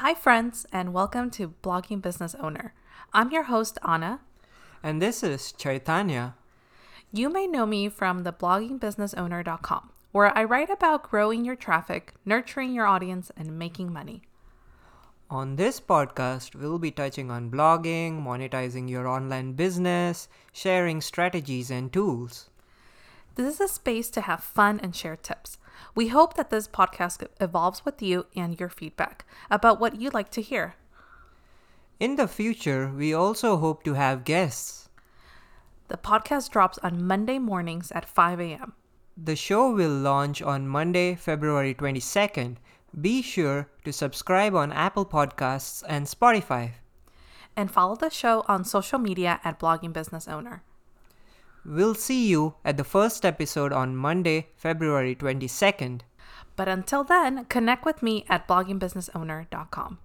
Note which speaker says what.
Speaker 1: Hi, friends, and welcome to Blogging Business Owner. I'm your host, Anna.
Speaker 2: And this is Chaitanya.
Speaker 1: You may know me from the bloggingbusinessowner.com, where I write about growing your traffic, nurturing your audience, and making money.
Speaker 2: On this podcast, we'll be touching on blogging, monetizing your online business, sharing strategies and tools.
Speaker 1: This is a space to have fun and share tips. We hope that this podcast evolves with you and your feedback about what you'd like to hear.
Speaker 2: In the future, we also hope to have guests.
Speaker 1: The podcast drops on Monday mornings at 5 a.m.
Speaker 2: The show will launch on Monday, February 22nd. Be sure to subscribe on Apple Podcasts and Spotify.
Speaker 1: and follow the show on social media at Blogging Business Owner.
Speaker 2: We'll see you at the first episode on Monday, February 22nd.
Speaker 1: But until then, connect with me at bloggingbusinessowner.com.